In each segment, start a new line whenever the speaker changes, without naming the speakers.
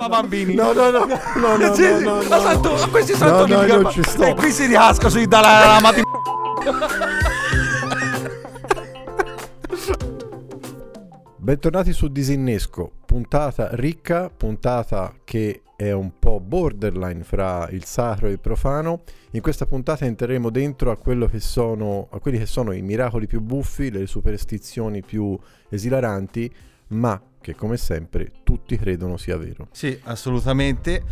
ma bambini.
No, no, no, no, no, no,
Sì,
no,
ma
no,
santo- ma questi sono
No,
Antonio
no,
di
io
Garba-
ci sto.
E qui si riasca sui Dalai Lama di-
Bentornati su Disinnesco, puntata ricca, puntata che è un po' borderline fra il sacro e il profano. In questa puntata entreremo dentro a, quello che sono, a quelli che sono i miracoli più buffi, le superstizioni più esilaranti, ma che come sempre tutti credono sia vero.
Sì, assolutamente.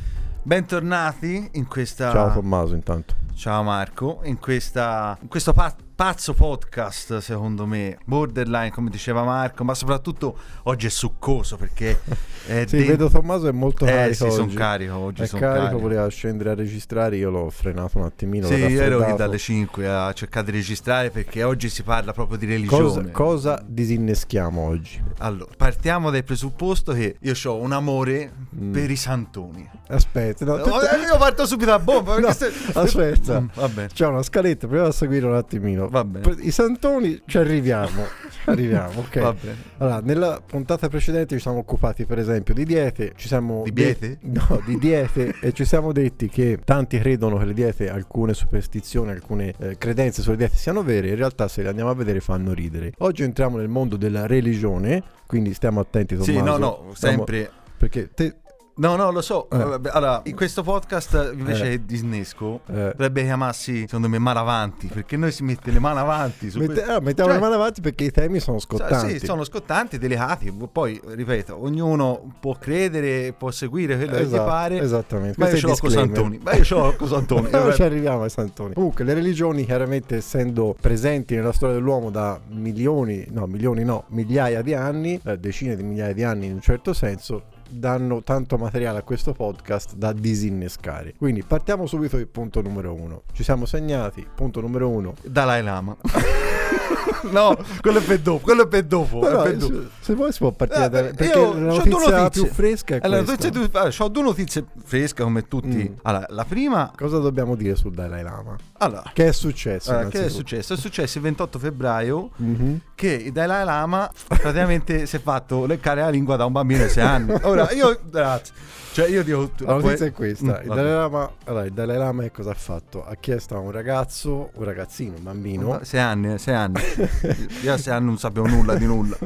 Bentornati in questa.
Ciao Tommaso intanto.
Ciao Marco, in, questa, in questo pa- pazzo podcast secondo me, borderline come diceva Marco, ma soprattutto oggi è succoso perché... È
Sì,
den-
vedo Tommaso è molto
Eh,
carico
sì, son
oggi.
carico oggi,
È
son
carico,
carico.
voleva scendere a registrare, io l'ho frenato un attimino.
Sì,
l'ho
io ero lì
raffreddato.
dalle 5 a cercare di registrare perché oggi si parla proprio di religione.
Cosa, cosa disinneschiamo oggi?
Allora, partiamo dal presupposto che io ho un amore
Mm.
per i santoni.
Aspetta, no, tu-
Eh, Io parto subito a bomba.
No,
perché se-
aspetta.
Mm, Va bene.
C'è una scaletta, proviamo a seguire un attimino.
Va bene.
I santoni ci arriviamo. Ci arriviamo, ok.
Va bene.
Allora, nella puntata precedente ci siamo occupati, per esempio, di diete. Ci siamo
Di
de-
biete?
no, di diete. e ci siamo detti che tanti credono che le diete, alcune superstizioni, alcune eh, credenze sulle diete siano vere. In realtà, se le andiamo a vedere, fanno ridere. Oggi entriamo nel mondo della religione. Quindi stiamo attenti, Tommaso.
Sì, no, no,
Stiamo-
sempre...
Perché te.
No, no, lo so.
Eh.
Vabbè, Allora, in questo podcast invece di Disnesco
eh,
dovrebbe chiamarsi, secondo me, Malavanti, perché noi si mette le mani avanti su
mette-
questo-
ah, mettiamo
Cioè,
le mani avanti perché i temi sono
sa-
scottanti.
Sì, sono scottanti, delicati. boh, Poi, ripeto, ognuno può credere, può seguire quello che gli
Esatto,
pare.
Esattamente.
Ma io ce
Questo è
l'ho
il
con
disclaimer.
Santoni. Ma io ce l'ho con Santoni.
No,
vabbè.
ci arriviamo ai santoni. Comunque, le religioni, chiaramente essendo presenti nella storia dell'uomo da milioni, no, milioni no, migliaia di anni, eh, decine di migliaia di anni in un certo senso, danno tanto materiale a questo podcast da disinnescare. Quindi partiamo subito dal punto numero uno. Ci siamo segnati, punto numero uno.
Dalai Lama. no, quello è per dopo. Quello è per dopo. è
Però,
per dopo.
se, se vuoi si può partire
Eh,
da,
io
perché
c'ho
la
due
notizia
notizie. Eh,
più fresca è
Allora,
questa.
tu- tu- allora, cioè, ho due notizie fresche come tutti.
Mm.
Allora, la prima...
Cosa dobbiamo dire sul Dalai Lama?
Allora,
Che è successo?
Allora, Ah, che è
innanzitutto?
successo? È successo il 28 febbraio
Mhm.
che il Dalai Lama praticamente si è fatto leccare la lingua da un bambino di 6 anni. Ora io, ragazzi, cioè io dico...
La
poi-
notizia è questa:
Mm,
il
vabbè.
Dalai, Lama, allora, il Dalai Lama che cosa ha fatto? Ha chiesto a un ragazzo, un ragazzino, un bambino,
Sei anni, eh, sei anni. Io a sei anni non sapevo nulla di nulla.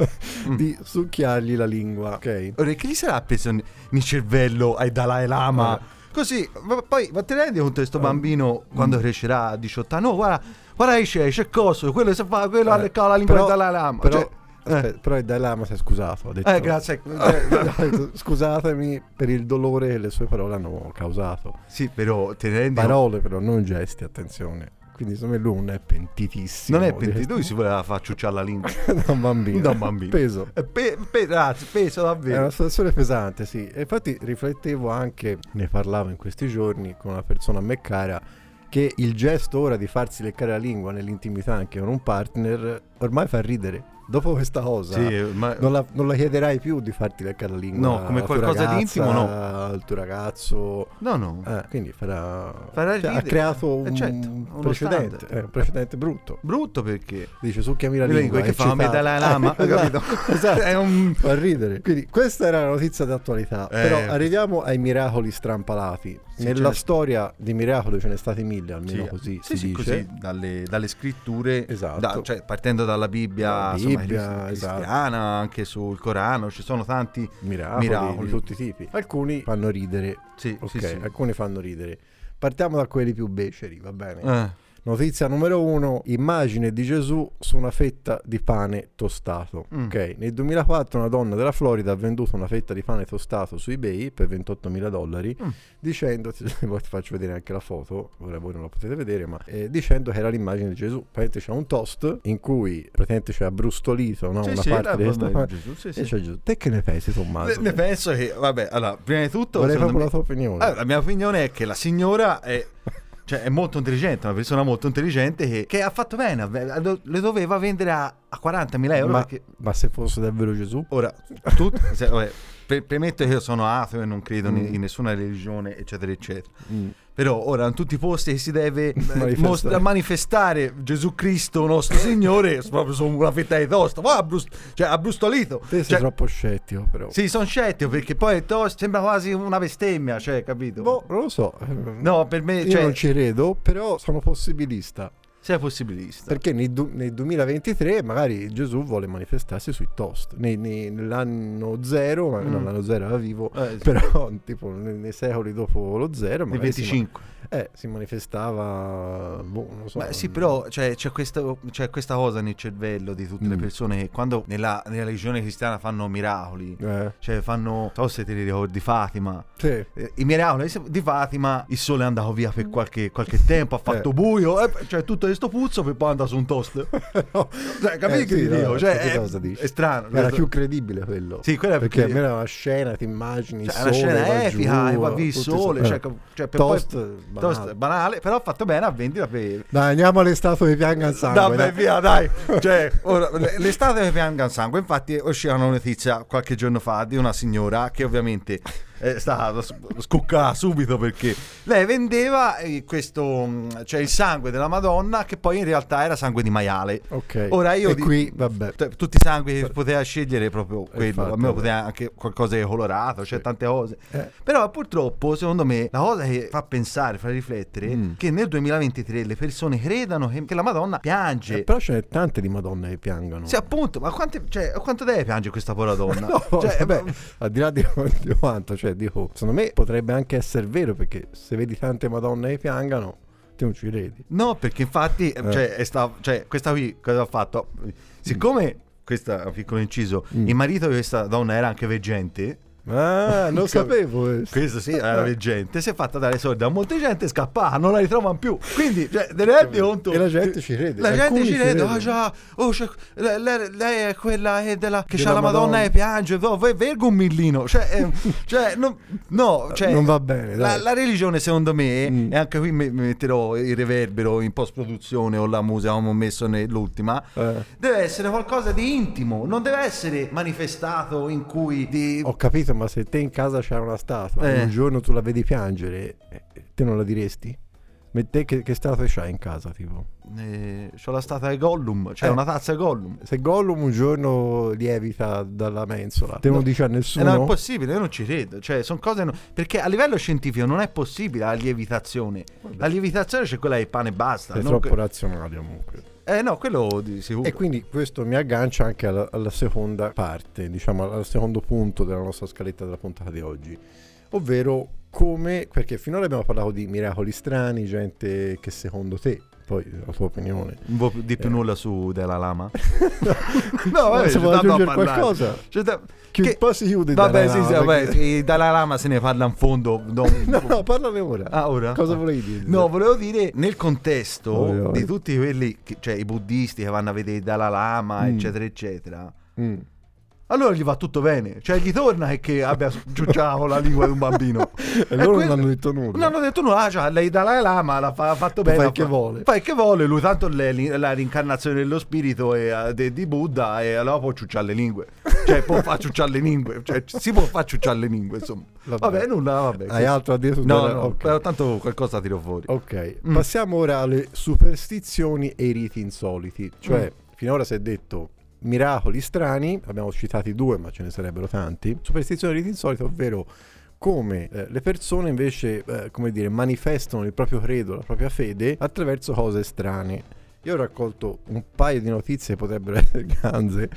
mm.
di succhiargli la lingua. Ok.
Ora, che gli sarà preso ne- nel cervello ai Dalai Lama?
Eh.
Così, ma poi, ma te ne rendi conto che sto bambino
Mm.
quando crescerà a 18 anni? No, guarda, guarda che c'è, c'è coso, quello si fa, quello ha
Eh,
leccato la lingua
però-
al Dalai Lama.
Però,
Cioè,
aspetta, però il Dalai Lama si è scusato. Ha detto,
eh, grazie. eh,
Ha detto, Scusatemi per il dolore che le sue parole hanno causato.
sì, però te ne rendi conto...
Parole, però, non gesti, attenzione. Quindi, secondo me, lui non è pentitissimo.
non è
di
pentito, lui si voleva far ciucciare la lingua.
questo- da un bambino.
Da un bambino.
Peso.
Eh, Pe- pe- ragazzi, peso
È una
davvero.
situazione pesante, sì. E infatti riflettevo anche, ne parlavo in questi giorni con una persona a me cara, che il gesto ora di farsi leccare la lingua nell'intimità anche con un partner ormai fa ridere. Dopo questa cosa
eh, ma-
non, la, non la chiederai più di farti leccare la lingua.
No, come
alla tua
qualcosa di
ragazza,
intimo, no.
Al tuo ragazzo.
No, no.
Eh, quindi farà,
Farà
cioè, ha
ridere.
creato
Eh,
un
certo, uno
precedente,
standard.
eh, un precedente brutto.
Brutto perché...
Dice succhiami la
Le
lingua,
lingue che fa
eccitato.
me Dalai Lama, hai capito?
esatto.
È un...
Fa ridere. Quindi questa era la notizia d'attualità.
Eh.
Però arriviamo ai miracoli strampalati.
Sì,
Nella
certo.
storia di miracoli ce ne stati mille, almeno
Sì,
così
sì,
si
sì,
dice.
così, dalle, dalle scritture,
Esatto.
da- cioè, partendo dalla Bibbia,
La
insomma,
Bibbia,
crist-
esatto.
cristiana, anche sul Corano, ci sono tanti...
Miracoli,
Miracoli.
di tutti i tipi. Alcuni fanno ridere.
Sì,
Ok,
sì, sì.
alcuni fanno ridere. Partiamo da quelli più beceri, va bene?
Eh,
Notizia numero uno, immagine di Gesù su una fetta di pane tostato.
Mm.
Ok, nel 2004 una donna della Florida ha venduto una fetta di pane tostato su eBay per 28 mila dollari
Mm.
dicendo, poi ti faccio vedere anche la foto, ora voi non la potete vedere, ma eh, dicendo che era l'immagine di Gesù. Praticamente c'è un toast in cui praticamente c'è abbrustolito no?
sì,
una
sì,
parte
la-
di questo
vabbè,
pane.
Gesù, sì,
E
sì.
c'è Gesù. Te che ne pensi
Ne,
Tommaso?
ne penso che, vabbè, allora, prima di tutto...
Vorrei
secondo
proprio la
me- Eh,
tua opinione.
Allora, la mia opinione è che la signora è, cioè, è molto intelligente, una persona molto intelligente che, che ha fatto bene, ha- le doveva vendere a, a a 40.000 euro
ma,
perché...
ma se fosse davvero Gesù?
Ora, tu, se- vabbè, pre- premetto che io sono ateo e non credo in, in nessuna religione, eccetera, eccetera.
Mm.
Però ora in tutti i posti che si deve manifestare,
Manifestare.
manifestare Gesù Cristo nostro Signore, proprio sono una fetta di tosta, poi abbrus- cioè, abbrustolito.
Te sei
Cioè,
troppo scettico però.
Sì, sono scettico perché poi è tosto, sembra quasi una bestemmia, cioè, capito?
Boh, non lo so.
No, per me,
Io
cioè,
non ci credo, però sono possibilista.
sei possibilista.
Perché nel, du- nel 2023 magari Gesù vuole manifestarsi sui toast. Nei- nei- nell'anno zero, ma
Mm.
non l'anno zero era vivo,
Eh, sì.
però tipo nei, nei secoli dopo lo zero.
Nei
magari si ma-
25.
eh, si manifestava. Boh, non so.
Ma sì, però cioè, c'è, questo- c'è questa cosa nel cervello di tutte le
Mm.
persone che quando nella, nella religione cristiana fanno miracoli,
Eh,
cioè fanno, non so se ti ricordi Fatima,
sì.
Eh, i miracoli di Fatima, il sole è andato via per qualche, qualche
Mm.
tempo, ha fatto buio, eh, cioè tutto questo puzzo per poi andare su un toast.
No.
Cioè, capito
Eh,
che
sì,
ti
no,
dico? Cioè,
che
è,
cosa dici?
è strano.
Era
questo-
più credibile quello.
Sì, quella è
perché
più-
almeno era una scena, ti immagini il
cioè, è una
sole,
scena
va
epica, e
giù,
va via il
tutti
sole,
so-
cioè,
eh.
cap- cioè, per
toast,
poi-
banale.
toast banale, però ha fatto bene a vendita per...
Dai, andiamo alle statue che piangano il sangue.
Vabbè, via, dai. Cioè, ora, le- l'estate che pianga il sangue. Infatti, usciva una notizia qualche giorno fa di una signora che ovviamente è stata s- scoccata subito perché lei vendeva eh, questo, mh, cioè il sangue della Madonna, che poi in realtà era sangue di maiale.
Ok.
Ora io
e
di-
qui, vabbè.
T- Eh, Tutti i sangui che poteva scegliere proprio quello,
infatti,
a me
vabbè.
poteva anche qualcosa di colorato, cioè tante cose.
Eh.
Però purtroppo, secondo me, la cosa che fa pensare, fa riflettere,
Mm.
che nel 2023 le persone credano che, che la Madonna piange.
Eh, però ce ne tante di madonne che piangono.
Sì, appunto, ma quante, cioè, quanto deve piangere questa povera donna?
No,
Cioè,
vabbè,
beh,
al di là di, di quanto, cioè, dico, secondo me potrebbe anche essere vero perché se vedi tante madonne che piangano, te non ci credi.
no, perché infatti, eh, cioè, è sta- cioè, questa qui cosa ha fatto? Siccome, questo è un piccolo inciso,
Mm.
il marito di questa donna era anche veggente,
Ah, non
Cap-
sapevo questo.
questo sì, era
Eh.
veggente, si è fatta dare soldi a molta gente, scappava, non la ritrovano più. Quindi, cioè, te ne rendi conto?
E la gente ci crede.
La gente
alcuni
ci crede,
credono.
ah già, oh, c'è- le- le- lei, è quella che, della- che
Della
c'ha la Madonna
Madonna.
e piange, no, ve- verga un millino, cioè, eh, cioè, no, no, cioè,
Non va bene,
La,
dai.
la religione secondo me,
Mm.
e anche qui mi, mi metterò il reverbero in post-produzione o la musica come ho messo nell'ultima,
Eh.
deve essere qualcosa di intimo, non deve essere manifestato in cui di...
Ho capito, ma se te in casa c'era una statua
Eh.
e un giorno tu la vedi piangere, eh, te non la diresti? Ma te che, che statua c'hai in casa, tipo?
Eh, c'ho la statua di Gollum, cioè
Eh.
una tazza di Gollum.
Se Gollum un giorno lievita dalla mensola, te
No.
non dice a
Eh, no, è
nessuno?
impossibile, io non ci credo. Cioè, sono cose. no- Perché a livello scientifico non è possibile la lievitazione. La lievitazione c'è quella di pane e basta.
Sei
non
troppo
que-
razionale comunque.
Eh no, quello di sicuro.
E quindi questo mi aggancia anche alla, alla seconda parte, diciamo al- al secondo punto della nostra scaletta della puntata di oggi, ovvero come, perché finora abbiamo parlato di miracoli strani, gente che secondo te, poi la tua opinione,
Non vuoi di più
Eh.
nulla su della lama? no,
Ma
vabbè,
se
c'è tanto
vuoi
a
aggiungere
parlare.
qualcosa,
C'è da-
che,
che-
poi si chiude il
Vabbè,
Dalai
sì, sì,
Lama,
vabbè,
perché-
il Dalai Lama se ne parla in fondo. no.
No, parlane ora.
Ah, ora?
Cosa
Ah.
volevi dire?
No, volevo dire nel contesto
Oi, oi.
di tutti quelli, che- cioè i buddisti che vanno a vedere il Dalai Lama,
Mm.
eccetera, eccetera.
Mm.
Allora gli va tutto bene, cioè gli torna e che abbia giucciato la lingua di un bambino.
E loro
quello-
non hanno detto nulla.
Non hanno detto nulla, ah, cioè, lei Dalai Lama l'ha fa- fatto bene.
Fai
ha
che
fa-
vuole.
Fai che vuole, lui tanto è li- la reincarnazione dello spirito e, eh, de- di Buddha e allora può ciucciare le lingue. Cioè può far ciucciare le lingue, cioè ci- si può far ciucciare le lingue, insomma. Vabbè,
Vabbè.
nulla, vabbè.
Hai altro a dire su
No,
Dalai-
no,
ok.
però tanto qualcosa tiro fuori.
Ok,
Mm.
passiamo ora alle superstizioni e i riti insoliti. Cioè,
Mm.
finora si è detto miracoli strani, abbiamo citati due, ma ce ne sarebbero tanti. Superstizioni e riti insoliti, ovvero come eh, le persone invece, eh, come dire, manifestano il proprio credo, la propria fede attraverso cose strane. Io ho raccolto un paio di notizie che potrebbero essere ganze.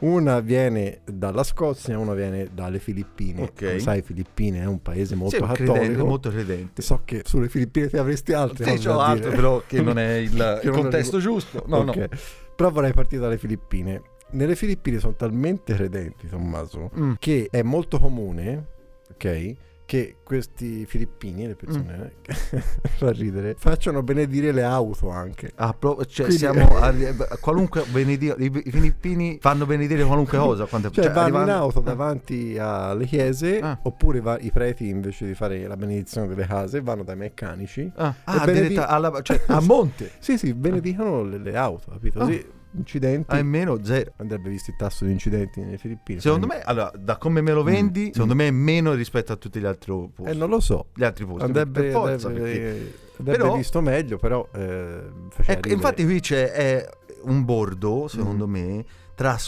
Una viene dalla Scozia, una viene dalle Filippine.
Ok.
Come sai, Filippine è un paese molto
Sì, un
cattolico.
credente, molto credente.
So che sulle Filippine ti avresti altri.
Sì,
cose
c'ho
da
altro
dire.
però che non è il,
Che
il
non lo
contesto giusto. No,
Ok. Però vorrei partire dalle Filippine. Nelle Filippine sono talmente credenti, Tommaso,
no. Mm.
che è molto comune, ok? Che questi filippini, le persone
Mm.
eh, fa ridere, facciano benedire le auto anche.
Ah, pro- cioè,
Quindi-
siamo arri- a qualunque benedire, i i filippini fanno benedire qualunque cosa. Quando,
Cioè, vanno
arrivano-
in auto davanti alle chiese,
Ah.
oppure va- i preti invece di fare la benedizione delle case, vanno dai meccanici.
Ah,
e
ah,
benedi-
diretta alla- cioè, a monte.
Sì, sì, benedicono le, le auto, capito?
Ah.
Sì, incidenti.
Almeno zero.
Andrebbe visto il tasso di incidenti nelle Filippine.
Secondo me, allora, da come me lo vendi, secondo me è meno rispetto a tutti gli altri
Eh,
posti.
non lo so.
Gli altri posti.
Andrebbe,
per forza,
andrebbe-
perché- Ecco,
andrebbe
Però-
visto meglio, però... eh, faceva
Ecco,
ridere.
infatti qui c'è è un bordo, secondo
Mm.
me, tra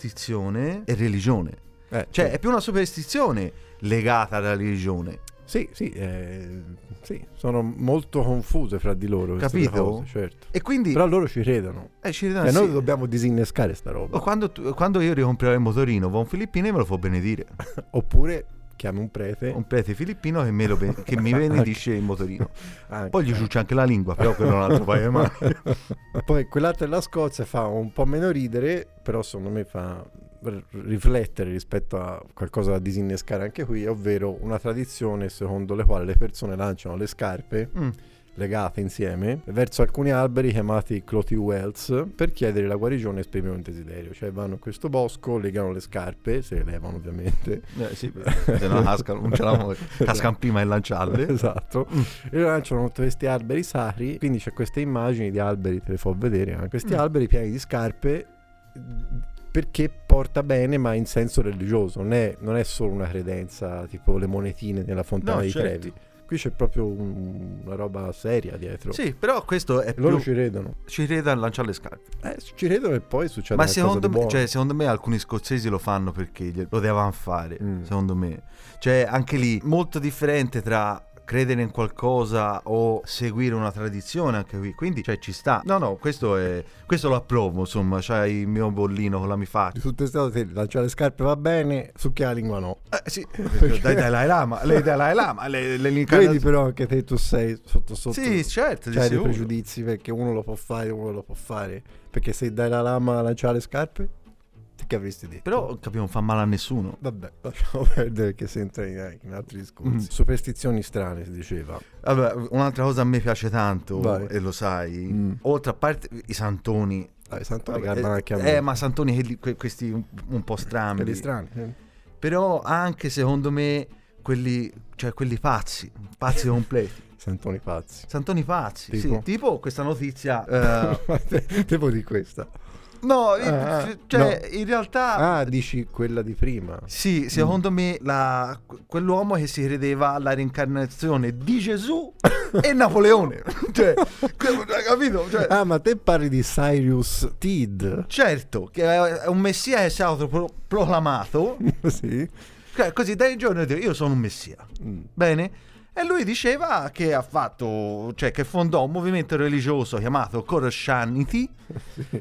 superstizione e religione.
Eh,
Cioè, è più una superstizione legata alla religione.
Sì, sì, eh, sì, sono molto confuse fra di loro. queste
Capito?
due Cose, certo.
E quindi...
Però loro ci credono.
eh, ci ritorno-
E noi
sì. Oh.
dobbiamo disinnescare sta
O
roba.
Quando, tu- quando io ricomprerò il motorino, va un filippino e me lo fa benedire.
Oppure chiami un prete.
Un prete filippino che, me lo ben- che mi benedisce il motorino.
anche.
Poi gli ciuccia anche la lingua, però quello è un altro paio di mani.
Poi quell'altro della Scozia fa un po' meno ridere, però secondo me fa r- riflettere rispetto a qualcosa da disinnescare anche qui, ovvero una tradizione secondo le quali le persone lanciano le scarpe
Mm.
legate insieme verso alcuni alberi chiamati Clotty Wells per chiedere la guarigione e esprimere un desiderio. Cioè vanno in questo bosco, legano le scarpe, se le levano ovviamente,
Eh, sì, se no cascano, non ce l'hanno, cascano prima e lanciarle.
Esatto. E lo lanciano contro questi alberi sacri. Quindi c'è queste immagini di alberi, te le fo vedere. anche. Questi
Mm.
alberi pieni di scarpe. mh, Perché porta bene, ma in senso religioso. Non è, non è solo una credenza tipo le monetine nella fontana
No,
di
certo.
Trevi. Qui c'è proprio un- una roba seria dietro.
Sì, però questo è
E loro
più...
ci credono.
Ci crede a lanciare le scarpe.
Eh, ci credono e poi succede
Ma
qualcosa
secondo
di
me,
buono.
cioè, secondo me alcuni scozzesi lo fanno perché gli- lo devono fare,
Mm.
secondo me. Cioè, anche lì, molto differente tra credere in qualcosa o seguire una tradizione anche qui. Quindi, cioè, ci sta. No, no, questo, è, questo lo approvo, insomma, c'hai il mio bollino con la mi
Di
faccia.
tutte queste cose, lanciare le scarpe va bene, succhiare la lingua no.
Eh, sì, perché dai Dalai Lama, lei Dalai Lama, lei, lei l'incarnazione-
Vedi però anche te tu sei sotto sotto.
Sì, certo, di
C'hai Cioè, dei
sicuro.
pregiudizi perché uno lo può fare, uno lo può fare. Perché se dai la lama a lanciare le scarpe, te che avresti detto?
Però capiamo, non fa male a nessuno.
Vabbè, lasciamo perdere che si entra in, in altri discorsi.
Mm.
Superstizioni strane, si diceva.
Allora, un'altra cosa a me piace tanto,
Vai.
e lo sai,
Mm.
oltre a parte i santoni,
Dai, santo
Vabbè,
regalano anche a
eh,
me.
ma Santoni quelli- que- questi un, un po' strambi.
Quelli strani. eh.
Però anche secondo me quelli, cioè quelli pazzi, pazzi completi.
Santoni pazzi.
Santoni pazzi, sì. tipo,
Tipo?
questa notizia. eh,
Devo di questa.
no,
Ah,
eh, cioè in realtà
Ah, dici quella di prima.
sì, secondo me la- quell'uomo che si credeva alla reincarnazione di Gesù e Napoleone. cioè, que- capito? Cioè,
Ah, ma te parli di Cyrus Teed.
certo, che è un messia che si è autoproclamato.
sì.
Cioè, Così dai giorni a dire, io sono un messia.
Mm.
Bene? E lui diceva che ha fatto, cioè che fondò un movimento religioso chiamato Koroshanity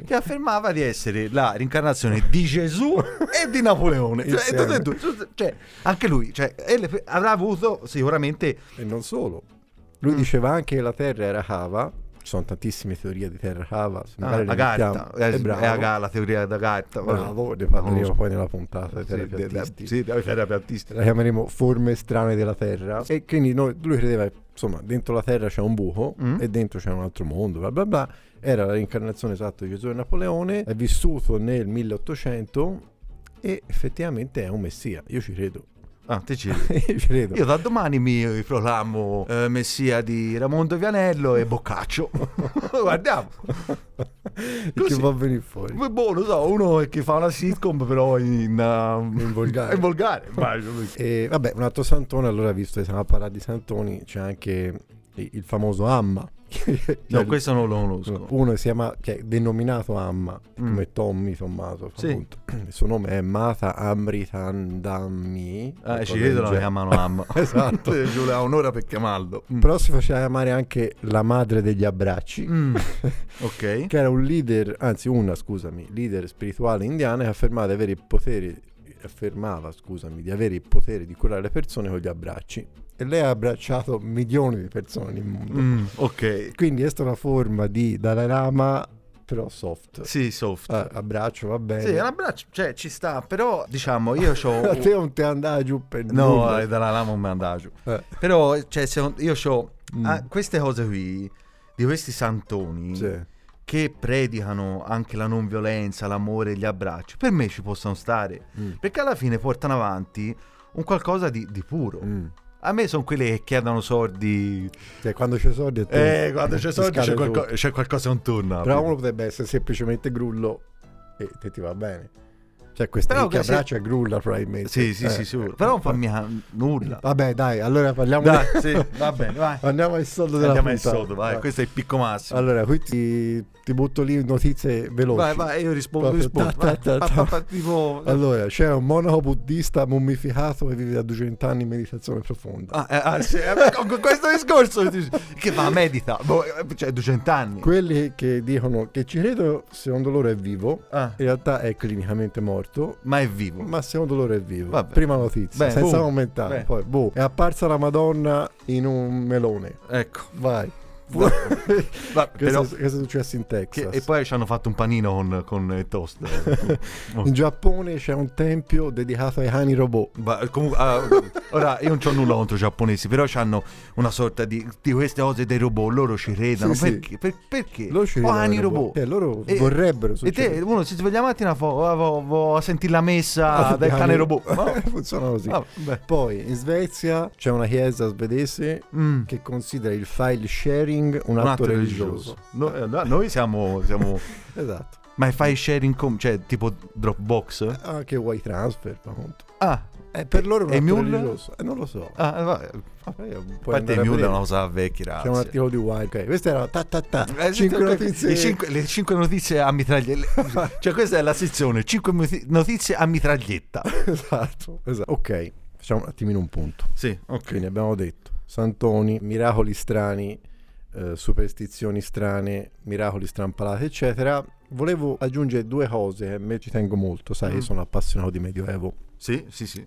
che affermava di essere la rincarnazione di Gesù e di Napoleone. Cioè,
Insieme.
tutte e due, tutte- cioè, anche lui cioè, e le- avrà avuto sicuramente eh,
E non solo. Lui
Mm.
diceva anche che la Terra era cava. Ci sono tantissime teorie di Terra cava. se
ah,
magari le
la carta,
mettiamo-
eh,
È bravo.
eh, la, teoria da carta.
Bravo, ne
Non lo
parleremo
so.
poi nella puntata dei
Sì, de- de-
terapeutisti.
sì, dei terapeutisti.
La chiameremo forme strane della Terra. E quindi noi- lui credeva che insomma, dentro la Terra c'è un buco
Mm.
e dentro c'è un altro mondo, bla bla bla. Era la reincarnazione esatta di Gesù e Napoleone. È vissuto nel 1800 e effettivamente è un messia. Io ci credo.
Ah, te ci-
Io ci credo.
Io da domani mi proclamo eh, messia di Ramondo Vianello e Boccaccio. Guardiamo.
Che
Così.
va a venire fuori.
Ma Boh, lo so, uno è che fa una sitcom però in, um,
In volgare.
in volgare, immagino.
E vabbè, un altro santone, allora visto che siamo a parlare di santoni, c'è anche i- il famoso Amma. Cioè,
No, questo non lo conosco.
Uno si chiama, che è denominato Amma,
Mm.
come Tommy Tommaso, fa
Sì.
appunto. Il suo nome è ecco, Mata Amritandami.
Ah,
qualcosa
ci
del
vedono la
genere.
chiamano mamma.
Esatto.
Ci voleva un'ora per chiamarlo. Mm.
Però si faceva chiamare anche la madre degli abbracci,
Mm. Ok.
che era un leader, anzi una, scusami, leader spirituale indiana che affermava di avere il potere, affermava, scusami, di avere il potere di curare le persone con gli abbracci. E lei ha abbracciato milioni di persone nel mondo.
Mm, Ok.
Quindi questa è una forma di Dalai Lama, però soft.
Sì, soft.
Ah, abbraccio, va bene.
Sì, un abbraccio, cioè ci sta, però diciamo io
A
ho...
te non ti andava giù per
No, eh,
nulla.
è dalla lama un mandaggio.
Eh.
Però cioè, secondo- io ho
Mm.
queste cose qui, di questi santoni,
Sì.
che predicano anche la non violenza, l'amore e gli abbracci, per me ci possono stare.
Mm.
Perché alla fine portano avanti un qualcosa di, di puro.
Mm.
A me sono quelli che chiedono soldi.
Cioè, quando c'è soldi è tutto.
Eh, guarda, c'è
Ti
soldi, c'è,
scade
qualco-
tutto.
c'è qualcosa che non torna.
Però uno potrebbe essere semplicemente grullo e te ti va bene. Cioè, questa
Però
ricca
che se-
braccia è grulla probabilmente.
Sì, sì,
Eh,
sì,
eh.
sicuro. Però non fa mica nulla.
Vabbè, dai, allora parliamo
Dai, sì, va bene, vai.
Andiamo al soldo della
Andiamo in
puntata.
sodo, vai. Questo è il picco massimo.
Allora, qui ti, ti butto lì notizie veloci.
Vai, vai, io rispondo,
Proprio
rispondo.
ta, ta, ta,
Vai,
ta.
pa, pa, pa, tipo-
Allora, c'era un monaco buddista mummificato che vive da 200 anni in meditazione profonda.
Ah, eh, ah, sì, eh, con con questo discorso dici, che va medita, boh, eh, cioè 200 anni.
Quelli che dicono che ci credono, secondo loro è vivo,
Ah,
in realtà è clinicamente morto,
ma è vivo.
ma secondo loro è vivo.
Boh. Vabbè.
Prima notizia,
Beh,
senza
boh.
commentare.
Beh.
Poi, boh, è apparsa la Madonna in un melone.
Ecco.
Vai.
Va- va-
Questo,
però-
è, questo è successo in
che-
Texas.
e poi ci hanno fatto un panino con, con il toast.
In Giappone c'è un tempio dedicato ai cani robot.
Ma comunque, ah, ora io non ho nulla contro i giapponesi, però hanno una sorta di, di queste cose dei robot, loro ci credono.
Sì, sì.
perché? Per- perché?
Loro ci credono ai
Pani Eh, oh, robot.
Eh, loro
E-
vorrebbero
E te,
succedere.
uno si sveglia la mattina fa, "Ah, vo- vo- a sentire la messa
Ah,
del
dai,
cane robot. Ma-
Funziona così.
ah, beh.
Poi in Svezia c'è una chiesa svedese
Mm.
che considera il file sharing un,
Un
atto, religioso.
No, eh, no, noi siamo, siamo-
Esatto.
Ma fai sharing com, cioè tipo Dropbox?
Anche white transfer, fa conto.
Ah,
Eh, per loro è un
E
atto
Mule?
religioso. Eh, non lo so. Eh,
ah va-
Poi puoi
a parte
andare
il
a
mule è
vedere.
una cosa vecchia.
C'è un
grazie.
articolo di Wild. Ok, Questa era ta ta ta.
Eh, sì,
Cinque
que-
notizie.
i cinque- le 5 notizie a mitraglietta. cioè, questa è la sezione 5 notizie a mitraglietta.
esatto, esatto. Ok, facciamo un attimino un punto.
Sì, ok.
Quindi abbiamo detto santoni, miracoli strani, eh, superstizioni strane, miracoli strampalati, eccetera. Volevo aggiungere due cose che a me ci tengo molto, sai,
Mm.
io sono appassionato di Medioevo
Sì, sì, sì.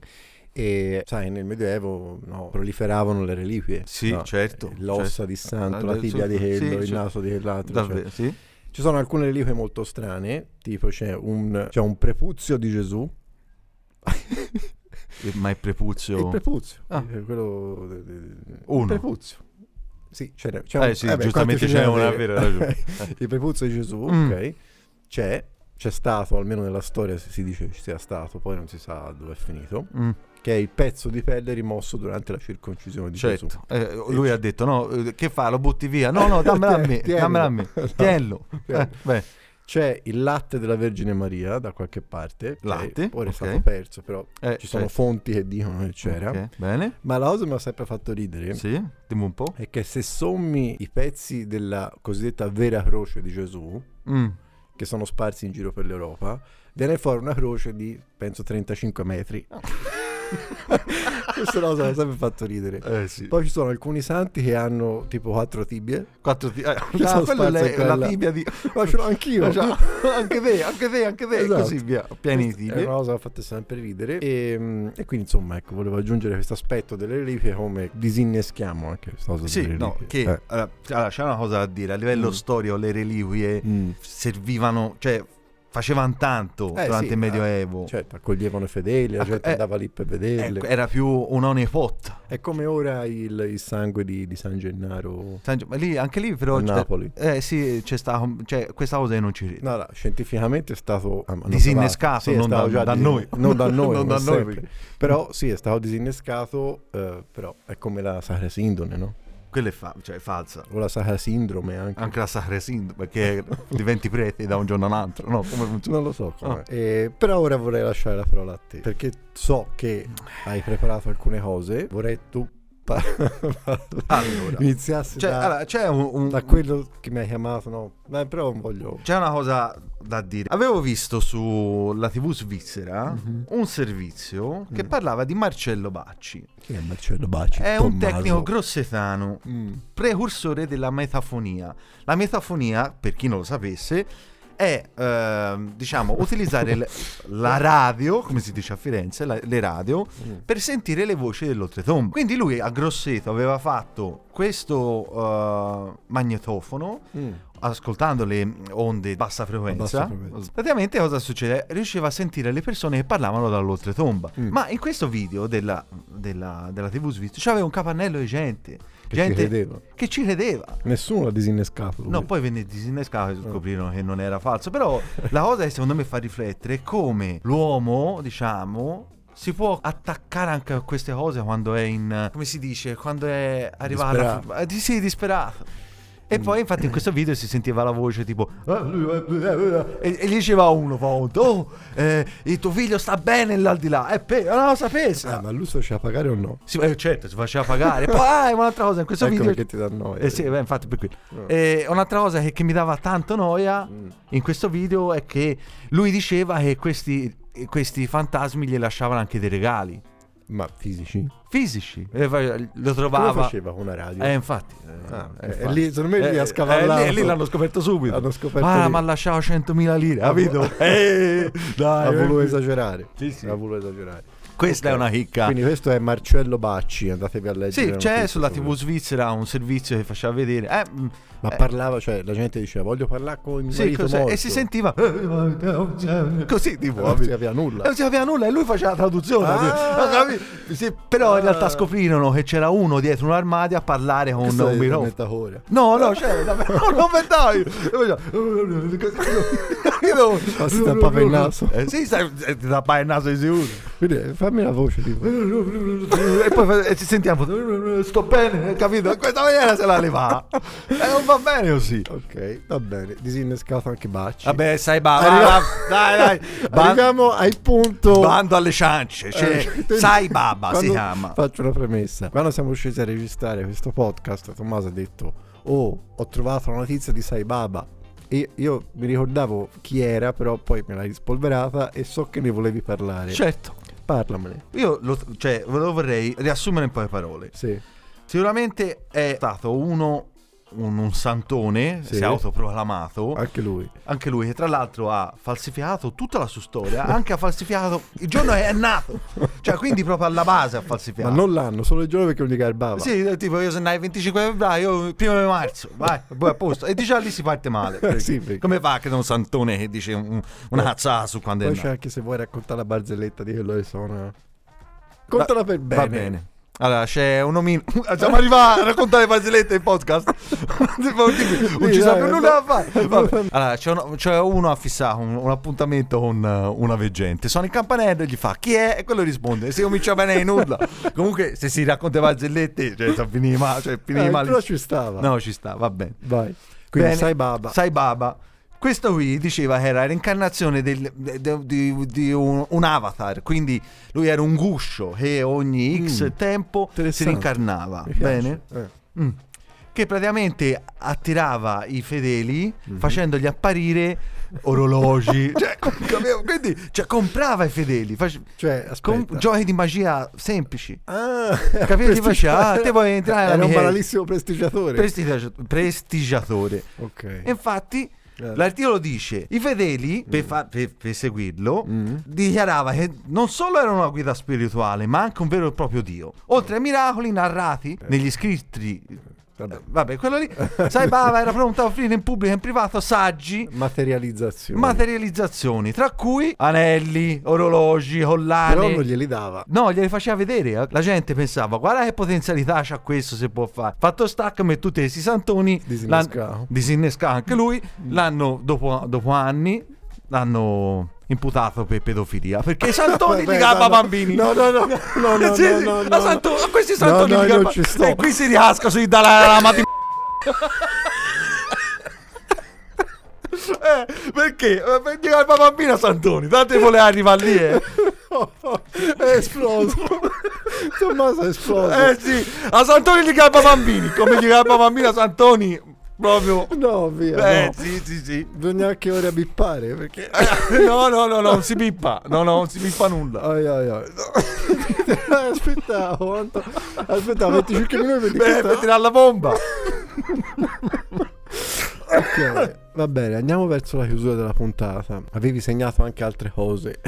e sai, nel Medioevo no, proliferavano le reliquie.
Sì,
no?
certo,
Eh, L'ossa
certo.
di santo,
Ah,
la tibia di
sì,
quello, il
sì.
naso di quell'altro. cioè.
Davvero, sì.
Ci sono alcune reliquie molto strane, tipo c'è un, c'è un prepuzio di Gesù.
Eh, Ma è prepuzio.
Il prepuzio,
Ah.
eh, quello de- de- de-
Uno.
Il prepuzio. Sì, c'è, c'è
Eh,
un,
sì,
vabbè,
giustamente
quanti ce
c'è
ne
una
avete?
vera ragione.
il prepuzio di Gesù,
Mm.
ok? C'è, c'è stato, almeno nella storia si- si dice ci sia stato, poi non si sa dove è finito,
Mm,
che è il pezzo di pelle rimosso durante la circoncisione di Gesù.
certo. Eh, lui ha detto: No, eh, che fa? Lo butti via? No, no, dammela a me.
Tienilo.
Dammela a me. Tienilo. Eh, beh,
C'è il latte della Vergine Maria da qualche parte, ok?
Latte,
ora è
ok.
stato perso, però
eh,
ci sono
certo.
fonti che dicono che c'era.
Ok, Bene.
Ma la cosa che mi ha sempre fatto ridere
eh? Sì, dimmi un po'.
è che se sommi i pezzi della cosiddetta vera croce di Gesù,
Mm.
che sono sparsi in giro per l'Europa, viene fuori una croce di penso 35 metri. Questa cosa mi ha sempre fatto ridere.
Eh sì.
Poi ci sono alcuni santi che hanno tipo quattro tibie.
Quattro ti- eh,
sono
ah, quella è
sparso
la-
quella.
la tibia di.
Ma ce l'ho anch'io.
Cioè, anche te, anche te, anche te,
Esatto.
così via. Piani
Questa È una cosa che mi ha fatto sempre ridere. E, mm, e quindi, insomma, ecco, volevo aggiungere questo aspetto delle reliquie come disinneschiamo anche questa cosa
Sì,
delle
no,
reliquie.
che
Eh.
allora, allora, c'è una cosa da dire, a livello
Mm.
storico le reliquie
Mm.
servivano, cioè facevano tanto
Eh,
durante
sì,
il Medioevo.
Certo, accoglievano i fedeli, la
Ecco,
gente
eh,
andava lì per vederle.
Ecco, era più un'one pot.
È come ora il, il sangue di, di San Gennaro
San Gio- Ma lì, anche lì però
a
c'è,
Napoli.
eh, sì, c'è sta, cioè, questa cosa io non ci credo.
No, no, scientificamente è stato ah, hanno
Disinnescato,
provato- sì, è
non
stato
da-
già
da noi.
Non da noi,
Non
non
da noi,
sempre.
perché-
Però sì, è stato disinnescato, eh, però è come la Sacra Sindone, no?
Quella è, fa- cioè, è falsa.
O la Sacra Sindrome anche.
Anche la Sacra Sindrome, perché diventi prete da un giorno all'altro, no? Come funziona?
Non lo so come. Eh,
Ah.
però ora vorrei lasciare la parola a te, perché so che hai preparato alcune cose, vorrei tu pa-
Allora,
iniziassi
cioè,
da,
allora, c'è un- un-
da quello che mi hai chiamato, no? Dai, però non voglio...
C'è una cosa da dire. Avevo visto sulla TV svizzera un servizio che parlava di Marcello Bacci.
Chi è Marcello Baci?
È un
Tommaso.
tecnico grossetano,
Mm.
precursore della metafonia. La metafonia, per chi non lo sapesse, è ehm, diciamo utilizzare le- la radio, come si dice a Firenze, la- le radio,
mm,
per sentire le voci dell'oltretomba. Quindi lui a Grosseto aveva fatto questo eh, magnetofono
Mm.
ascoltando le onde a bassa frequenza,
A bassa frequenza.
praticamente cosa succede? Riusciva a sentire le persone che parlavano dall'oltretomba.
Mm.
Ma in questo video della, della- della TV svizzera c'aveva un capannello di gente,
Che
gente
ci credeva.
che ci credeva.
Nessuno l'ha disinnescato. lui. Eh.
No, poi venne disinnescato e scoprirono che non era falso. Però la cosa che secondo me fa riflettere è come l'uomo, diciamo, si può attaccare anche a queste cose quando è in. come si dice? Quando è arrivato. alla-
Disperato. Mm.
eh, di- sì, disperato. E poi, infatti, in questo video si sentiva la voce tipo.
Eh,
E, e gli diceva a uno, fa conto, Oh, eh, il tuo figlio sta bene là. E pe- non lo sapesse.
Ah, ma lui se ci fa pagare o no?
Sì, eh, certo, si faceva pagare. Poi, ah, un'altra cosa, in questo
ecco
video.
perché ti dà noia.
Eh sì, beh, infatti per quello.
No.
Eh, un'altra cosa che, che mi dava tanto noia
Mm.
in questo video è che lui diceva che questi, questi fantasmi gli lasciavano anche dei regali
Ma fisici?
fisici. E poi lo
Come
trovava.
faceva con una radio?
Eh, infatti. eh,
Ah, eh,
infatti.
eh, lì, secondo me lì
Eh,
ha scavallato.
eh, lì, lì l'hanno scoperto subito.
L'hanno scoperto
Ah,
lì.
ma ha lasciato 100.000 lire, capito? eh, dai,
ha
eh.
voluto esagerare.
Sì, sì.
Ha voluto esagerare.
Questa è una chicca.
Quindi questo è Marcello Bacci, andatevi a leggere.
Ah. sì,
le
c'è
notizie
sulla
su-
TV svizzera un servizio che faceva vedere. Eh, mm,
Ma
eh,
parlava, cioè la gente diceva voglio parlare con il
Sì,
marito
cos'è?
morto.
e si sentiva "Eh, così tipo
Non
capito?
si capiva nulla.
non si capiva nulla e lui faceva la traduzione
Ah!
capito? Sì, però in realtà scoprirono che c'era uno dietro un armadio a parlare con
Questo è
un
il
microfono
commentatore.
no no c'era davvero un commentaio E faceva-
Ma Ah, si tappava il naso.
eh, sì sai, eh, ti tappava il naso di sicuro
Quindi, eh, fammi la voce tipo.
e poi fa- e ci sentiamo sto bene capito in questa maniera se la levava e non va bene così
Ok, va bene, disinnescato anche Bacci.
Vabbè, sai, ba-
Arriva-
va- dai, dai. Ba-
Arriviamo al punto.
bando alle ciance.
Eh,
Cioè, sai, Baba si
quando-
chiama.
Faccio una premessa. Quando siamo scesi a registrare questo podcast, Tommaso ha detto: Oh, ho trovato la notizia di Sai Baba. E io mi ricordavo chi era, però poi me l'hai rispolverata e so che ne volevi parlare.
Certo.
Parlamene.
Io lo, cioè, ve lo vorrei riassumere in poche parole.
Sì.
Sicuramente è stato uno, un, un santone,
Sì.
si è autoproclamato,
Anche lui.
anche lui che tra l'altro ha falsificato tutta la sua storia, anche ha falsificato il giorno che è nato, cioè quindi proprio alla base ha falsificato.
Ma non l'hanno, solo il giorno perché non gli garbava.
Ah. Sì, eh, tipo io sono nato il 25 febbraio, il primo di marzo, vai, poi a posto. E di già lì si parte male. perché-
Sì, perché-
Come fa che da un santone che dice un- una cazzata su quando è
Poi
nato?
c'è anche se vuoi raccontare la barzelletta di quello che sono. Contala per bene.
Va bene. Allora, c'è un omino. Siamo arrivati a raccontare le barzellette in podcast. Tipo, tipo, non ci
Sì,
sa
dai,
più nulla da
va-
fare. Vabbè. Allora, c'è uno, c'è uno a fissare un, un appuntamento con eh, una veggente. Sono il campanello e gli fa chi è? E quello risponde: Se comincia bene, nulla. Comunque, se si racconta le barzellette, cioè, sa finiva, cioè,
Eh,
finiva lì.
però ci stava.
No, ci sta, va bene.
Vai. Quindi
Bene.
Sai Baba.
Sai Baba. Questo qui diceva che era l'incarnazione del- de- de- di, di un, un avatar, quindi lui era un guscio che ogni X
Mm.
tempo si
Interessante.
rincarnava.
Mi piace.
Bene?
Eh.
Mm. Che praticamente attirava i fedeli facendogli apparire orologi. Mhm. Cioè, capivo? quindi cioè, comprava i fedeli, face-
Cioè, aspetta.
con giochi di magia semplici.
Ah,
Capito? Ti faceva, ah,
prestigia-
te vuoi entrare alla
Era un
mia-
banalissimo prestigiatore.
Prestigia- prestigiatore.
ok.
E infatti
Eh.
l'articolo dice i fedeli per, fa- per- per seguirlo
Mm.
dichiarava che non solo era una guida spirituale ma anche un vero e proprio Dio oltre ai miracoli narrati negli scritti
Eh.
eh,
Vabbè.
vabbè quello lì sai Bava era pronto a offrire in pubblico e in privato saggi
Materializzazione.
materializzazioni tra cui anelli orologi
Però non
collane
glieli dava.
No, glieli faceva vedere. eh. La gente pensava, guarda che potenzialità c'ha questo se può fare. Fatto stacco, metto tutti questi santoni.
Disinnescato.
l'han- disinnescato anche lui.
Mm.
L'hanno, dopo, dopo anni, l'hanno imputato per pedofilia. Perché i santoni
Vabbè,
li gabba
no, no.
bambini.
No, no, no. No, no,
Sì,
no,
sì,
no,
la
no,
santo-
no.
a questi
No,
santoni
no,
li
io
gabba-
ci sto.
E qui si riasca sui Dalai Lama di- Eh, perché? Eh, Perché gabba bambino a santoni. Tanto voleva arrivare lì, eh.
È esploso. Tommaso è esploso.
Eh sì, a Santoni gli gabba bambini, come gli gabba bambini a Santoni, proprio...
No, via.
Eh
no.
sì, sì, sì.
Bisogna anche ora bippare perché...
Eh, No, no, no, no, non si pippa, no, no, non si pippa nulla.
Ai, ai, ai. No. Aspettavo, quanto... aspettavo 25 minuti per
Beh, per tirare Eh, la bomba.
Ok, va bene, andiamo verso la chiusura della puntata. Avevi segnato anche altre cose.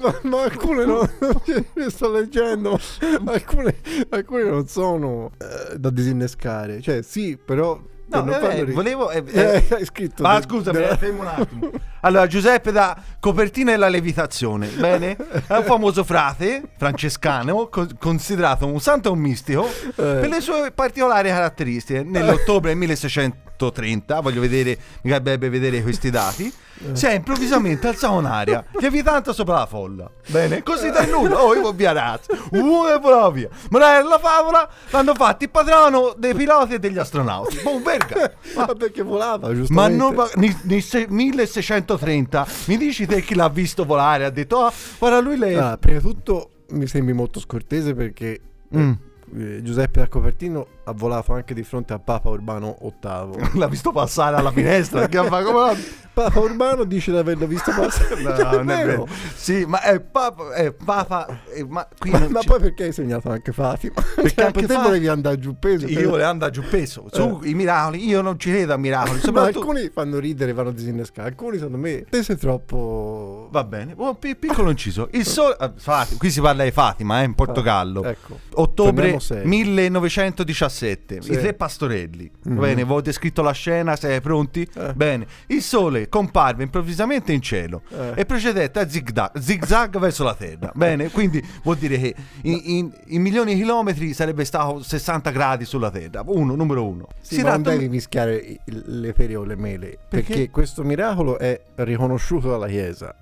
ma, ma alcune non, le sto leggendo, ma alcune, alcune non sono eh, da disinnescare. Cioè, sì, però... per
No,
non
vabbè,
farlo ri-
volevo... eh,
Eh,
eh,
hai scritto...
ma
de-
scusami,
della-
eh, fermo un attimo. Allora, Giuseppe da Copertina e la Levitazione, bene? È un famoso frate francescano, co- Eh. considerato un santo e un mistico, per le sue particolari caratteristiche. Nell'ottobre 1600... 8.30, voglio vedere, mi piacerebbe vedere questi dati, si è improvvisamente alzato un'aria, lievitante sopra la folla. Bene, così da nulla, oh, io vado via razzo, uh, e volo via. Ma non era la favola, l'hanno fatto il patrono dei piloti e degli astronauti. Boh, verga. Ma-
Ma Ah, perché volava,
ma
giustamente.
non, ma- nel, nel se- 1630 mi dici te chi l'ha visto volare? Ha detto, ah, guarda lui lei.
Ah, prima di tutto mi sembri molto scortese perché
Mm.
eh, Giuseppe da Copertino ha volato anche di fronte a Papa Urbano VIII.
L'ha visto passare alla finestra. che fa come
Papa Urbano dice di averlo visto passare.
No,
Cioè, è
non è
vero.
vero. Sì, ma è papa. È papa eh, ma qui
Ma,
non
ma
ci-
poi perché hai segnato anche Fatima? Perché
anche
te
Fa-
volevi andare giù peso. cioè,
io volevo andare giù peso. Su, i miracoli. Io non ci credo a miracoli.
Eh. Ma
Soprattutto.
alcuni fanno ridere, vanno a disinnescare. Alcuni, secondo me, te sei troppo.
Va bene, un pi- piccolo inciso. Il sole. ah, Fat- qui si parla di Fatima, eh, in Portogallo.
Ah, Ecco.
Ottobre
Torniamo seri.
1917,
Sì. Mhm.
i tre pastorelli. Va bene, vi ho descritto la scena, siete pronti?
Eh.
Bene, il sole comparve improvvisamente in cielo
Eh.
e procedette a zigzag, zigzag verso la terra. Bene, quindi vuol dire che in, in- in milioni di chilometri sarebbe stato 60 gradi sulla terra. Uno, numero uno.
Sì,
Si
ma non
tratta-
devi mischiare i- le pere o le mele. Perché?
Perché?
questo miracolo è riconosciuto dalla Chiesa.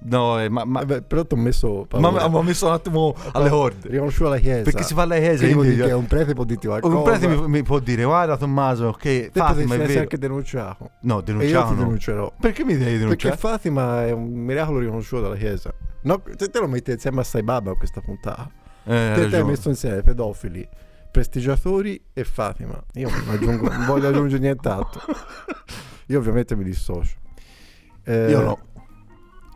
No, eh, ma, ma,
Eh beh, però ti ho messo.
ma-
paura.
ma- mi messo un attimo alle corde.
Cioè, Riconosciuto dalla Chiesa.
Perché si fa alla Chiesa,
Quindi
quindi-
vuol dire che un prete può dirti qualcosa.
Un prete mi, mi può dire, guarda Tommaso, che
Te
Fatima
potresti
è
essere
vero.
anche denunciato.
No,
E io ti
denunciavano.
denuncerò.
Perché mi devi
Perché
denunciare?
Fatima è un miracolo riconosciuto dalla Chiesa. No, se te lo metti insieme a Sai Baba questa puntata.
Eh, hai
te, te hai
ragione.
messo insieme pedofili, prestigiatori e Fatima. Io non, aggiungo- non voglio aggiungere nient'altro. Io ovviamente mi dissocio. Eh,
Io no.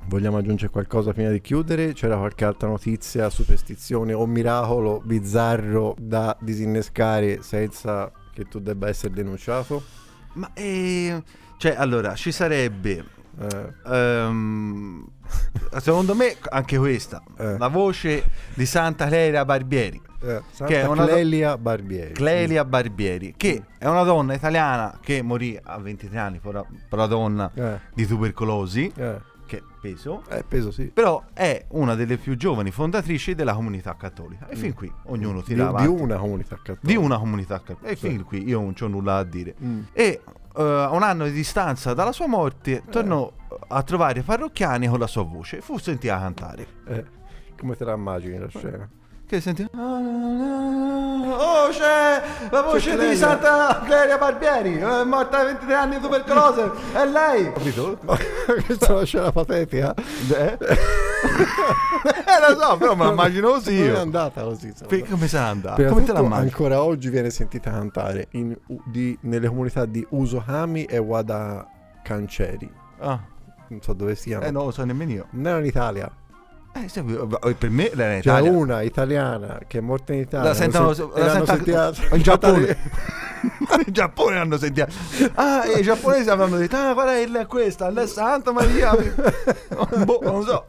Vogliamo aggiungere qualcosa prima di chiudere? C'era qualche altra notizia, superstizione o miracolo bizzarro da disinnescare senza che tu debba essere denunciato?
Ma eh, cioè, allora, ci sarebbe.
Eh,
ehm, secondo me, anche questa.
Eh.
La voce di Santa Clelia Barbieri.
eh, Santa
Che è una-
Clelia Barbieri.
Clelia Barbieri, che è una donna italiana che morì a 23 anni, povera, povera donna
Eh,
di tubercolosi,
eh,
che peso.
eh, peso sì.
Però è una delle più giovani fondatrici della comunità cattolica. E fin qui ognuno
Di,
ti dà
di una comunità cattolica.
di una comunità cattolica. E fin qui io non ho nulla a dire.
Mm.
e eh, a un anno di distanza dalla sua morte tornò a trovare i parrocchiani con la sua voce fu sentita cantare
Eh, come te la immagini la scena?
che senti oh c'è la voce
Clelia.
di Santa Clelia Barbieri è morta a 23 anni di tubercolosi è lei capito?
Questa è una scena patetica.
eh? eh lo so però me la immagino così
Non è
io
andata così. insomma.
Perché come se andata?
Prima
come
di
te la
tutto,
immagini?
ancora oggi viene sentita cantare in- u- di- nelle comunità di Usohami e Wada Canceri.
Ah,
Non so dove siano.
eh no lo so nemmeno io
Non era in Italia.
eh, sì, eh, per me era in
C'è
Italia
una italiana che è morta in Italia.
La sentono
l'hanno sen- e l'hanno
la
sentita-
senta, in Giappone. in Giappone hanno sentito. Ah, e i giapponesi avranno detto: Ah, guarda il- questa, la Santa Maria. boh, non so.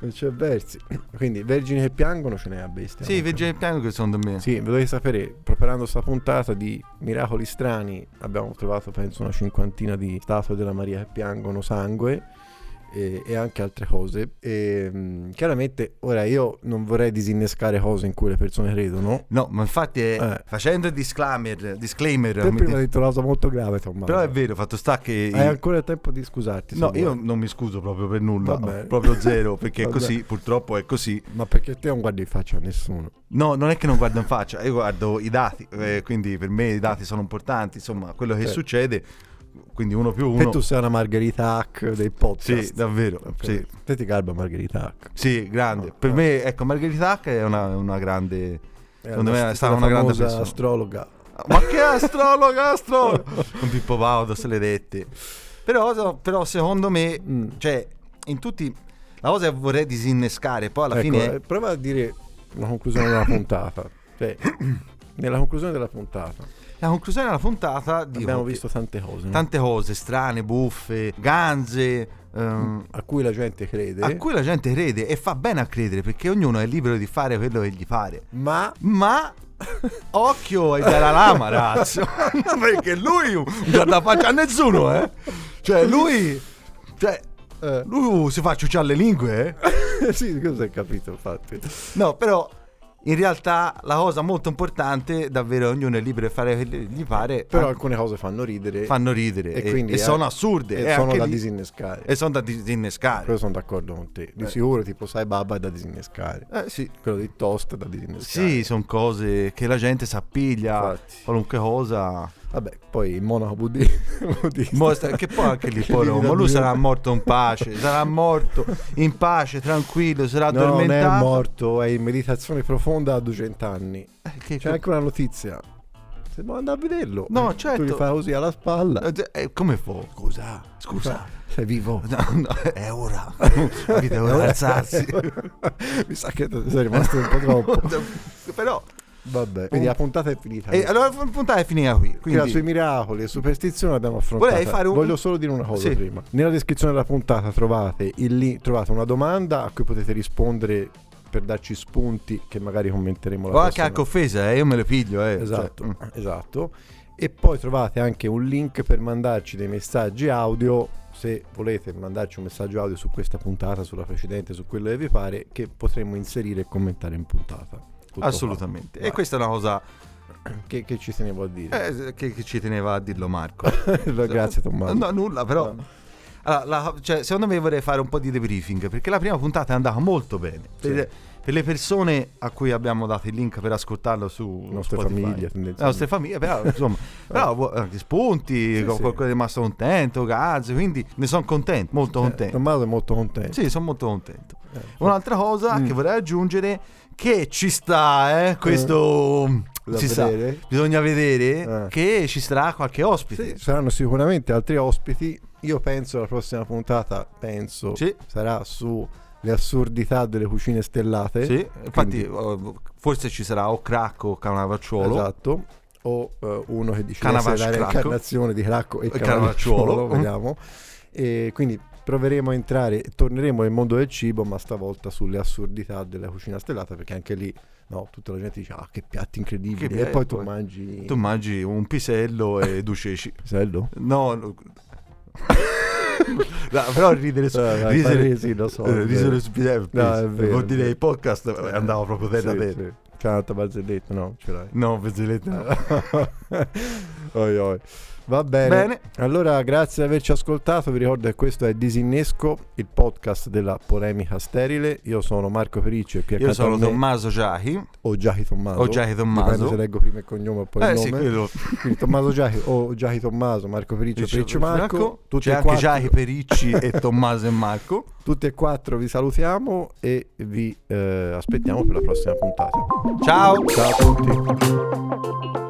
Non c'è versi. Quindi, vergini che piangono ce n'è a bestia.
Sì, Virgin Piano che secondo me.
Sì, ve dovete sapere, preparando sta puntata di miracoli strani, abbiamo trovato penso una cinquantina di statue della Maria che piangono sangue e, e anche altre cose. E, mh, chiaramente, ora io non vorrei disinnescare cose in cui le persone credono.
No, ma infatti è-
Eh.
facendo disclaimer, disclaimer
Te
mi
prima hai
dico-
detto una cosa molto grave, Tommaso.
però è vero, fatto sta che...
Hai ancora tempo di scusarti. se
no,
vuoi.
io non mi scuso proprio per nulla,
Va bene.
proprio zero, perché è
Va
così,
bene.
purtroppo è così.
Ma perché te non guardi in faccia a nessuno?
No, non è che non guardo in faccia, io guardo i dati, eh, quindi per me i dati sono importanti, insomma, quello che
Sì.
succede, quindi uno più
Te
uno...
tu sei una Margherita Hack dei podcast.
Sì, davvero.
Ok.
Sì.
Te ti garba Margherita Hack.
Sì, grande. Per me, ecco, Margherita Hack è una, una grande. Secondo me è stata
la
una grande
famosa
persona.
astrologa.
Ma che astrologa, astrologa! Con Pippo Baudo se le dette. Però, so- però secondo me,
Mm.
cioè, in tutti. La cosa che vorrei disinnescare, poi alla
Ecco,
fine.
eh, prova a dire una conclusione della puntata. Cioè, nella conclusione della puntata
La conclusione della puntata. dico
abbiamo
che
visto tante cose no?
tante cose strane, buffe, ganze. ehm,
a cui la gente crede,
a cui la gente crede e fa bene a credere perché ognuno è libero di fare quello che gli pare.
ma
Ma occhio ai Dalai Lama, ragazzi. Perché lui non guarda faccia a nessuno, eh. Cioè, lui. Cioè, uh,
eh,
lui si fa ciucciare le lingue, eh.
sì, cosa hai capito infatti.
No, però. In realtà la cosa molto importante, davvero ognuno è libero di fare quello che gli pare,
Però
an-
alcune cose fanno ridere.
fanno ridere
e
e,
quindi
e
è-
sono assurde.
e
e
sono
anche
da
lì-
disinnescare.
E sono da disinnescare.
Quello sono d'accordo con te. Di
Eh.
sicuro, tipo, sai, Baba è da disinnescare.
Eh, sì,
Quello di Toast è da disinnescare.
sì sono cose che la gente s'appiglia,
Infatti.
qualunque cosa.
Vabbè, poi il monaco buddi- buddista.
Mo sta- che poi anche lì poi
devi
Roma, lui
dire?
sarà morto in pace, sarà morto in pace, tranquillo, sarà
No, non è
addormentato.
morto, è in meditazione profonda a 200 anni.
Eh, che-
C'è anche una notizia. Se vuoi andare a vederlo.
No,
Tu gli
certo.
fai così alla spalla. Cioè,
Eh, eh, come fa? Scusa, scusa.
Sei vivo.
No, no, è ora. Avete ora di alzarsi.
Mi sa che te sei rimasto un po' troppo.
Però,
Vabbè, quindi la puntata è finita.
e allora la puntata è finita qui.
Quindi,
Quindi,
sui miracoli e superstizioni abbiamo affrontato.
Vorrei fare un-
Voglio solo dire una cosa
Sì.
prima. Nella descrizione della puntata trovate, il link- trovate una domanda a cui potete rispondere per darci spunti che magari commenteremo la
o anche
prossima.
anche offesa, eh, io me le piglio. Eh.
Esatto,
Cioè, mm.
esatto. E poi trovate anche un link per mandarci dei messaggi audio. Se volete mandarci un messaggio audio su questa puntata, sulla precedente, su quello che vi pare, che potremmo inserire e commentare in puntata. Tutto
Assolutamente.
qua.
E questa è una cosa
Che, che ci tenevo a dire.
eh, che, che ci teneva a dirlo Marco.
Grazie Tommaso.
No, nulla, però. Allora, la- cioè, secondo me vorrei fare un po' di debriefing perché la prima puntata è andata molto bene. Per, per le persone a cui abbiamo dato il link per ascoltarlo su
Le nostre
Spotify.
famiglie,
le
tendenzialmente.
nostre famiglie, però insomma, Eh. però vu- anche spunti,
Sì,
qual-
sì.
qualcuno è rimasto contento, cazzo, quindi ne sono contento, molto
Certo.
contento.
Eh, Tommaso è molto contento.
Sì, sono molto contento.
Eh,
Un'altra cosa
Mm.
che vorrei aggiungere che ci sta, eh, questo
Eh. da
si sa,
vedere.
bisogna vedere
Eh.
che ci sarà qualche ospite.
Sì, saranno sicuramente altri ospiti. Io penso la prossima puntata, penso,
Sì.
sarà sulle assurdità delle cucine stellate.
Sì, infatti
Quindi-
eh, forse ci sarà o Cracco o Canavacciuolo.
Esatto. O eh, uno che dice
Canavaccio
essere la
Cracco. Eh,
reincarnazione di Cracco e
E
Canavacciuolo,
Canavacciuolo.
vediamo. E quindi proveremo a entrare, torneremo nel mondo del cibo, ma stavolta sulle assurdità della cucina stellata, perché anche lì no, tutta la gente dice ah che piatti incredibili,
Che
e
piatti,
poi tu
poi-
mangi...
Tu mangi un pisello e due ceci.
Pisello?
No, no. No, però ridere su
Eh, dai, fai risi, lo so,
eh,
è vero.
ridere su eh,
No, è vero,
vuol
è
dire
vero.
i podcast eh, andava proprio terra
Sì,
terra
sì. Ah, C'è un'altra barzelletta, no? Ce l'hai.
no Pezzoletta, no.
Oi, oi. Va bene.
Bene.
Allora, grazie di averci ascoltato. Vi ricordo che questo è Disinnesco, il podcast della polemica sterile. Io sono Marco Periccio e qui
io
accanto a
sono
me
Tommaso Giachi
o Giachi Tommaso.
o Giachi
Dipende se
Tommaso
leggo prima il cognome o poi il
eh
nome.
sì quello
Quindi Tommaso Giachi o Giachi Tommaso, Marco Periccio, Periccio Marco. Tutti
c'è
e
anche
quattro-
Giachi Pericci e Tommaso e Marco
Tutti e quattro vi salutiamo e vi eh, aspettiamo per la prossima puntata.
ciao
Ciao a tutti.